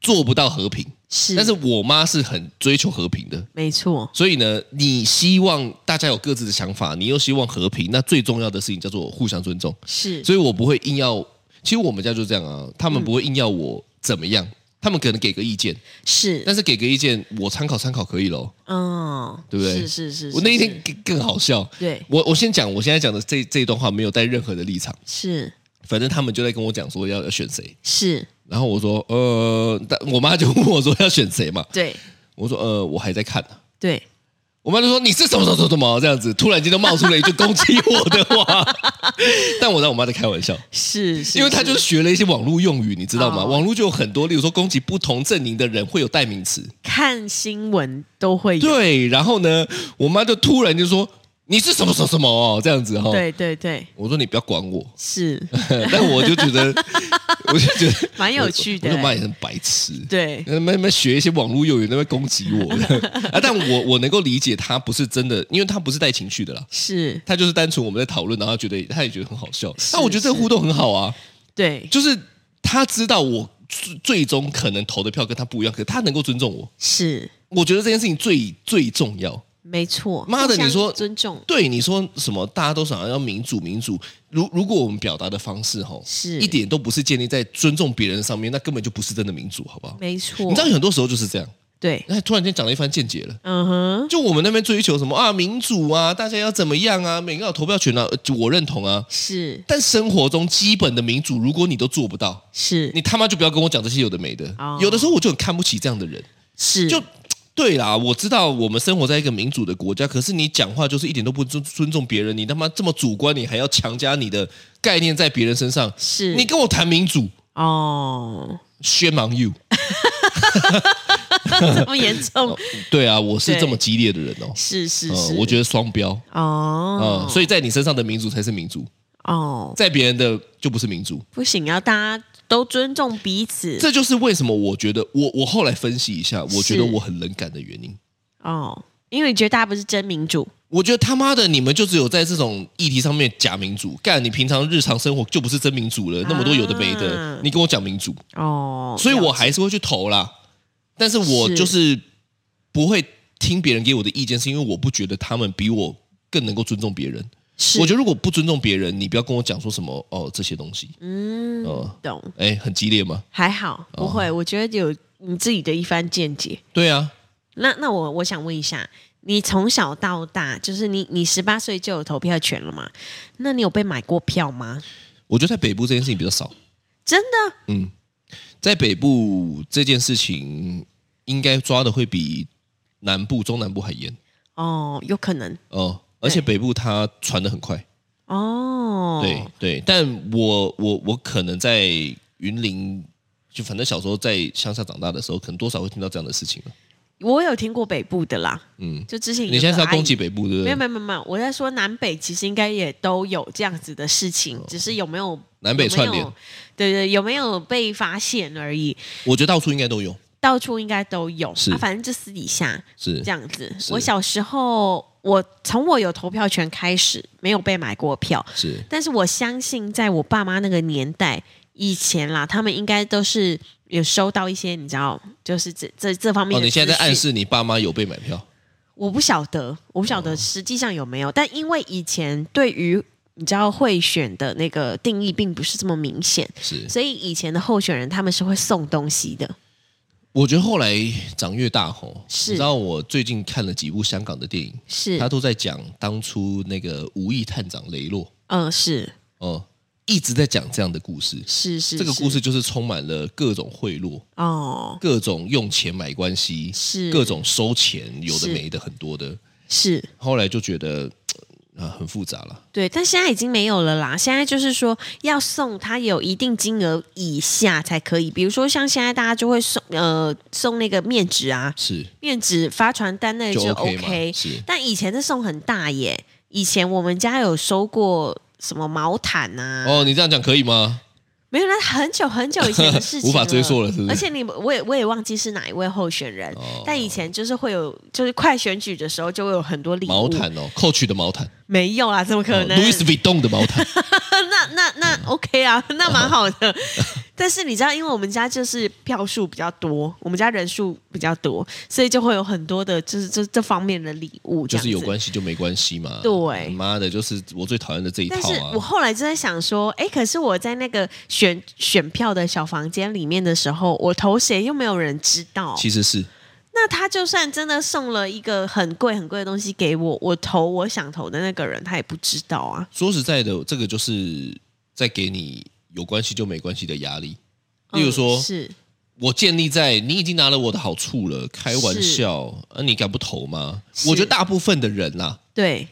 Speaker 3: 做不到和平。
Speaker 2: 是，
Speaker 3: 但是我妈是很追求和平的，
Speaker 2: 没错，
Speaker 3: 所以呢，你希望大家有各自的想法，你又希望和平，那最重要的事情叫做互相尊重。
Speaker 2: 是
Speaker 3: 所以我不会硬要，其实我们家就这样啊，他们不会硬要我怎么
Speaker 2: 嗯
Speaker 3: 样，他们可能给个意见，
Speaker 2: 是，
Speaker 3: 但是给个意见我参考参考可以喽。
Speaker 2: 嗯，
Speaker 3: 对不对
Speaker 2: 是是是，
Speaker 3: 我那一
Speaker 2: 是
Speaker 3: 天更更好笑，
Speaker 2: 对
Speaker 3: 我我先讲，我现在讲的这这一段话没有带任何的立场，
Speaker 2: 是
Speaker 3: 反正他们就在跟我讲说要要选谁，
Speaker 2: 是，
Speaker 3: 然后我说呃，但我妈就问我说要选谁嘛，
Speaker 2: 对
Speaker 3: 我说呃我还在看、啊、
Speaker 2: 对，
Speaker 3: 我妈就说你是什么什么什么什么这样子，突然间就冒出了一句攻击我的话， <laughs> 但我知道我妈在开玩笑，
Speaker 2: 是，是
Speaker 3: 因为她就是学了一些网络用语，你知道吗？
Speaker 2: 哦
Speaker 3: 网络就有很多，例如说攻击不同阵营的人会有代名词，
Speaker 2: 看新闻都会有，
Speaker 3: 对，然后呢，我妈就突然就说你是什么什么什么哦这样子哈、哦，
Speaker 2: 对对对，
Speaker 3: 我说你不要管我。 <laughs>
Speaker 2: 是
Speaker 3: 但我就觉得，我就觉得
Speaker 2: <laughs> 蛮有趣的
Speaker 3: 我我妈也很白痴，
Speaker 2: 对
Speaker 3: 那那那学一些网络用语，那边攻击我 <laughs> 啊！但我我能够理解，她不是真的，因为她不是带情绪的啦，
Speaker 2: 是，
Speaker 3: 她就是单纯我们在讨论，然后她觉得她也觉得很好笑。但我觉得这个
Speaker 2: 是
Speaker 3: 互动很好啊，
Speaker 2: 对
Speaker 3: 就是她知道我最最终可能投的票跟她不一样，可是她能够尊重我。
Speaker 2: 是
Speaker 3: 我觉得这件事情最最重要。
Speaker 2: 没错，
Speaker 3: 妈的
Speaker 2: 互相
Speaker 3: 你说
Speaker 2: 尊重
Speaker 3: 对你说什么？大家都想要民主，民主。如如果我们表达的方式吼，
Speaker 2: 是
Speaker 3: 一点都不是建立在尊重别人上面，那根本就不是真的民主，好不好？
Speaker 2: 没错，
Speaker 3: 你知道有很多时候就是这样，
Speaker 2: 对，
Speaker 3: 哎，突然间讲了一番见解了。
Speaker 2: 嗯哼，
Speaker 3: 就我们那边追求什么啊，民主啊，大家要怎么样啊，每个人有投票权啊，呃我认同啊。
Speaker 2: 是
Speaker 3: 但生活中基本的民主，如果你都做不到，
Speaker 2: 是
Speaker 3: 你他妈就不要跟我讲这些有的没的。
Speaker 2: 哦
Speaker 3: 有的时候我就很看不起这样的人。
Speaker 2: 是
Speaker 3: 就对啦，我知道我们生活在一个民主的国家，可是你讲话就是一点都不尊尊重别人，你他妈这么主观，你还要强加你的概念在别人身上，
Speaker 2: 是
Speaker 3: 你跟我谈民主 <laughs>
Speaker 2: 哦，
Speaker 3: ，shame on you！
Speaker 2: 这么严重，
Speaker 3: 对啊，我是
Speaker 2: 对
Speaker 3: 这么激烈的人哦，
Speaker 2: 是是
Speaker 3: 呃
Speaker 2: 是，
Speaker 3: 我觉得双标
Speaker 2: 得哦
Speaker 3: 啊、，所以在你身上的民主才是民主，
Speaker 2: 哦，
Speaker 3: 在别人的就不是民主。
Speaker 2: 不行，要大家都尊重彼此。
Speaker 3: 这就是为什么我觉得我我后来分析一下，我觉得
Speaker 2: 是
Speaker 3: 我很冷感的原因。
Speaker 2: 哦，因为你觉得大家不是真民主，
Speaker 3: 我觉得他妈的，你们就只有在这种议题上面假民主，干你平常日常生活就不是真民主了，那么多有的没的，
Speaker 2: 啊
Speaker 3: 你跟我讲民主，
Speaker 2: 哦，
Speaker 3: 所以我
Speaker 2: 了
Speaker 3: 还是会去投啦。但是我
Speaker 2: 是
Speaker 3: 就是不会听别人给我的意见，是因为我不觉得他们比我更能够尊重别人。
Speaker 2: 是
Speaker 3: 我觉得如果不尊重别人，你不要跟我讲说什么哦这些东西，
Speaker 2: 嗯
Speaker 3: 呃，
Speaker 2: 懂，
Speaker 3: 哎，很激烈吗？
Speaker 2: 还好
Speaker 3: 哦
Speaker 2: 不会，我觉得有你自己的一番见解。
Speaker 3: 对啊，
Speaker 2: 那那我我想问一下，你从小到大，就是你你十八岁就有投票权了嘛？那你有被买过票吗？
Speaker 3: 我觉得在北部这件事情比较少，
Speaker 2: 真的
Speaker 3: 在北部这件事情应该抓的会比南部、中南部还严
Speaker 2: 哦，有可能
Speaker 3: 哦、而且北部它传的很快，
Speaker 2: 哦，
Speaker 3: 对对，但我我我可能在云林，就反正小时候在乡下长大的时候，可能多少会听到这样的事情了。
Speaker 2: 我有听过北部的啦，
Speaker 3: 嗯，
Speaker 2: 就之前有
Speaker 3: 你现在是要
Speaker 2: 个阿姨
Speaker 3: 攻击北部对不
Speaker 2: 没有
Speaker 3: 对？
Speaker 2: 没有没有没有，我在说南北其实应该也都有这样子的事情，只是有没有
Speaker 3: 哦南北串联
Speaker 2: 有没有对对，有没有被发现而已，
Speaker 3: 我觉得到处应该都有，
Speaker 2: 到处应该都有，
Speaker 3: 是
Speaker 2: 啊、反正就私底下
Speaker 3: 是
Speaker 2: 这样子。
Speaker 3: 是
Speaker 2: 我小时候，我从我有投票权开始，没有被买过票，
Speaker 3: 是
Speaker 2: 但是我相信，在我爸妈那个年代以前啦，他们应该都是有收到一些，你知道，就是这这这方面
Speaker 3: 哦。
Speaker 2: 的
Speaker 3: 你
Speaker 2: 资讯、
Speaker 3: 现在在暗示你爸妈有被买票，
Speaker 2: 我不晓得，我不晓
Speaker 3: 哦
Speaker 2: 得实际上有没有，但因为以前对于你知道贿选的那个定义并不是这么明显，
Speaker 3: 是？
Speaker 2: 所以以前的候选人他们是会送东西的。
Speaker 3: 我觉得后来长越大吼，
Speaker 2: 是
Speaker 3: 你知道我最近看了几部香港的电影，
Speaker 2: 是
Speaker 3: 他，都在讲当初那个无意探长雷洛
Speaker 2: 嗯，是
Speaker 3: 哦、一直在讲这样的故事。
Speaker 2: 是是，
Speaker 3: 这个
Speaker 2: 是
Speaker 3: 故事就是充满了各种贿赂，
Speaker 2: 哦，
Speaker 3: 各种用钱买关系，
Speaker 2: 是
Speaker 3: 各种收钱，有的
Speaker 2: 是
Speaker 3: 没的，很多的。
Speaker 2: 是
Speaker 3: 后来就觉得啊、很复杂了。
Speaker 2: 对，但现在已经没有了啦。现在就是说要送，它有一定金额以下才可以。比如说像现在大家就会送呃送那个面纸啊，
Speaker 3: 是
Speaker 2: 面纸发传单那个
Speaker 3: 就
Speaker 2: 就
Speaker 3: OK 嘛
Speaker 2: OK，
Speaker 3: 是
Speaker 2: 但以前这送很大耶，以前我们家有收过什么毛毯啊，
Speaker 3: 哦，你这样讲可以吗？
Speaker 2: 没有，那很久很久以前的事
Speaker 3: <laughs>
Speaker 2: 情，
Speaker 3: 无法追溯了是不是
Speaker 2: 而且你我也我也忘记是哪一位候选人，
Speaker 3: 哦
Speaker 2: 但以前就是会有，就是快选举的时候就会有很多礼物，
Speaker 3: 毛毯哦，Coach 的毛毯
Speaker 2: 没有啦，怎么可能？
Speaker 3: ，Louis Vuitton 嗯哦的毛毯，
Speaker 2: 那那那 OK 啊，那蛮好的。但是你知道，因为我们家就是票数比较多，我们家人数比较多，所以就会有很多的，就是这这方面的礼物，
Speaker 3: 就是有
Speaker 2: 系。
Speaker 3: 关系就没关系嘛。
Speaker 2: 对
Speaker 3: 妈的，就是我最讨厌的这一
Speaker 2: 但
Speaker 3: 套
Speaker 2: 是我
Speaker 3: 啊。
Speaker 2: 后来就在想说，哎，可是我在那个选选票的小房间里面的时候，我投谁又没有人知道。
Speaker 3: 其实是
Speaker 2: 那他就算真的送了一个很贵很贵的东西给我，我投我想投的那个人，他也不知道啊。
Speaker 3: 说实在的，这个就是在给你有关系就没关系的压力。例如说
Speaker 2: 嗯是
Speaker 3: 我建立在你已经拿了我的好处了，开玩笑，啊，你敢不投吗？
Speaker 2: 是
Speaker 3: 我觉得大部分的人啦、
Speaker 2: 对，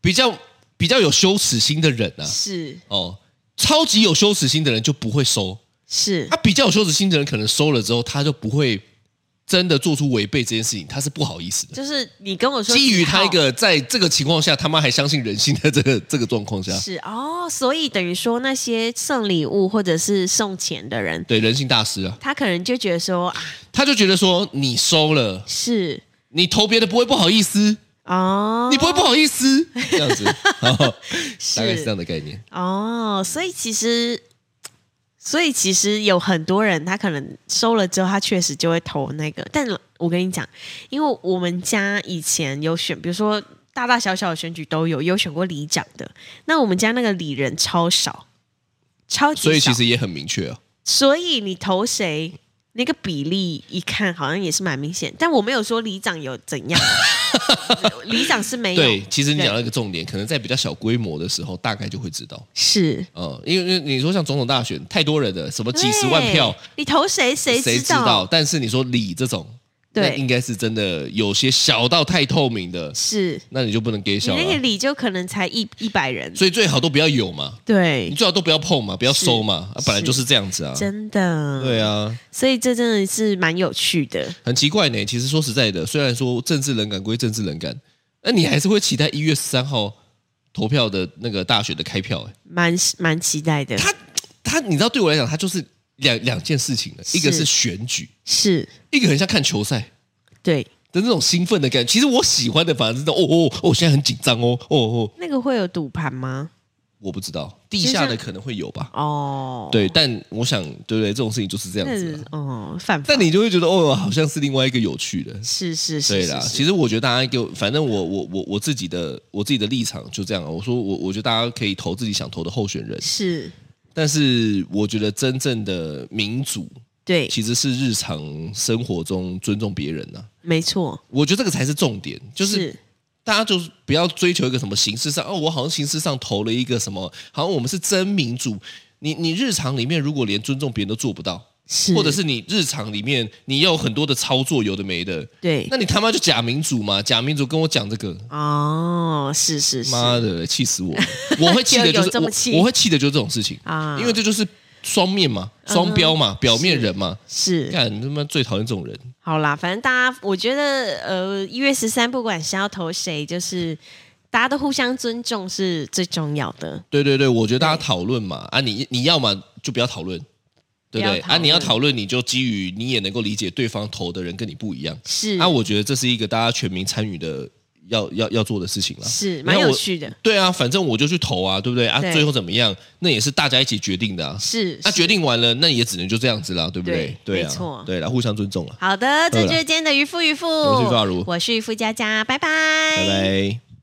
Speaker 3: 比较比较有羞耻心的人啊，
Speaker 2: 是
Speaker 3: 哦，超级有羞耻心的人就不会收，啊
Speaker 2: 是
Speaker 3: 他、比较有羞耻心的人可能收了之后，他就不会真的做出违背这件事情，他是不好意思的。
Speaker 2: 就是你跟我说
Speaker 3: 基于
Speaker 2: 几
Speaker 3: 他
Speaker 2: 号
Speaker 3: 一个在这个情况下，他妈还相信人性的这个这个状况下，
Speaker 2: 是哦，所以等于说那些送礼物或者是送钱的人，
Speaker 3: 对人性大师啊，
Speaker 2: 他可能就觉得说啊，
Speaker 3: 他就觉得说你收了，
Speaker 2: 是
Speaker 3: 你投别的不会不好意思，
Speaker 2: 哦，
Speaker 3: 你不会不好意思，这样 <laughs> 子，哦
Speaker 2: 是
Speaker 3: 大概是这样的概念。
Speaker 2: 哦，所以其实，所以其实有很多人他可能收了之后，他确实就会投那个。但我跟你讲，因为我们家以前有选，比如说大大小小的选举都有，有选过里长的。那我们家那个里人超少，超级少，
Speaker 3: 所以其实也很明确啊。
Speaker 2: 所以你投谁，那个比例一看好像也是蛮明显。但我没有说里长有怎
Speaker 3: <laughs>
Speaker 2: 样，里长是没有，
Speaker 3: 对，其实你讲到一个重点，可能在比较小规模的时候，大概就会知道。
Speaker 2: 是
Speaker 3: 嗯，因为因为你说像总统大选，太多人了，什么几十万票，
Speaker 2: 对你投谁谁
Speaker 3: 谁
Speaker 2: 知
Speaker 3: 知道？但是你说李这种，
Speaker 2: 对
Speaker 3: 那应该是真的有些小到太透明的，
Speaker 2: 是
Speaker 3: 那你就不能给
Speaker 2: 你
Speaker 3: 小了
Speaker 2: 那。个里就可能才一一百人，
Speaker 3: 所以最好都不要有嘛，你
Speaker 2: 对，
Speaker 3: 最好都不要碰嘛，不要收嘛，啊
Speaker 2: 是
Speaker 3: 本来就是这样子啊。
Speaker 2: 真的，
Speaker 3: 对啊，
Speaker 2: 所以这真的是蛮有趣的，
Speaker 3: 很奇怪呢。其实说实在的，虽然说政治冷感归政治冷感，那你还是会期待一月十三号投票的那个大选的开票、欸。
Speaker 2: 蛮蛮期待的，
Speaker 3: 他他，你知道，对我来讲，他就是两两件事情的，
Speaker 2: 是
Speaker 3: 一个是选举，
Speaker 2: 是
Speaker 3: 一个很像看球赛。
Speaker 2: 对，
Speaker 3: 的那种兴奋的感觉。其实我喜欢的反而是那种哦哦哦，我现在很紧张哦哦哦，
Speaker 2: 那个会有赌盘吗？
Speaker 3: 我不知道地下的可能会有吧。
Speaker 2: 哦，
Speaker 3: 对，但我想，对不对？这种事情就是这样
Speaker 2: 那
Speaker 3: 子啦。
Speaker 2: 哦，犯法
Speaker 3: 但你就会觉得，哦，好像是另外一个有趣的。
Speaker 2: 是是是，
Speaker 3: 对
Speaker 2: 是
Speaker 3: 啦，
Speaker 2: 是
Speaker 3: 其实我觉得大家给我，反正我我我我自己的我自己的立场就这样啊。我说我我觉得大家可以投自己想投的候选人，
Speaker 2: 是
Speaker 3: 但是我觉得真正的民主
Speaker 2: 对，
Speaker 3: 其实是日常生活中尊重别人呐、啊。
Speaker 2: 没错，
Speaker 3: 我觉得这个才是重点，就是
Speaker 2: 是
Speaker 3: 大家就是不要追求一个什么形式上哦，我好像形式上投了一个什么，好像我们是真民主。你你日常里面如果连尊重别人都做不到，
Speaker 2: 是，
Speaker 3: 或者是你日常里面你要有很多的操作，有的没的，
Speaker 2: 对
Speaker 3: 那你他妈就假民主嘛？假民主跟我讲这个，
Speaker 2: 哦，是是是，
Speaker 3: 妈的，气死我！我会气的就
Speaker 2: <laughs> 有这么
Speaker 3: 是
Speaker 2: 气
Speaker 3: 我，我会气的就是这种事情
Speaker 2: 啊嗯
Speaker 3: 因为这就是双面嘛，双标嘛，表面人嘛，
Speaker 2: 是
Speaker 3: 看他妈最讨厌这种人。
Speaker 2: 好啦，反正大家我觉得呃，一月十三不管是要投谁，就是大家都互相尊重是最重要的。
Speaker 3: 对对对，我觉得大家讨论嘛，啊，你你要嘛就不要讨论，对不
Speaker 2: 不要
Speaker 3: 对？
Speaker 2: 讨论
Speaker 3: 啊，你要讨论，你就基于你也能够理解对方投的人跟你不一样。
Speaker 2: 是
Speaker 3: 啊，我觉得这是一个大家全民参与的要要要做的事情啦。
Speaker 2: 是
Speaker 3: 你看
Speaker 2: 蛮有
Speaker 3: 我
Speaker 2: 趣的，
Speaker 3: 对啊，反正我就去投啊，对不对啊？
Speaker 2: 对
Speaker 3: 最后怎么样，那也是大家一起决定的啊。
Speaker 2: 是
Speaker 3: 那、
Speaker 2: 是
Speaker 3: 决定完了，那也只能就这样子啦，对不对？
Speaker 2: 对
Speaker 3: 对啊，
Speaker 2: 没错
Speaker 3: 对啦，互相尊重啊，
Speaker 2: 好的，这
Speaker 3: 对
Speaker 2: 就是今天的渔夫渔夫，
Speaker 3: 我是渔夫阿如
Speaker 2: 我是渔夫佳佳，拜拜，
Speaker 3: 拜拜。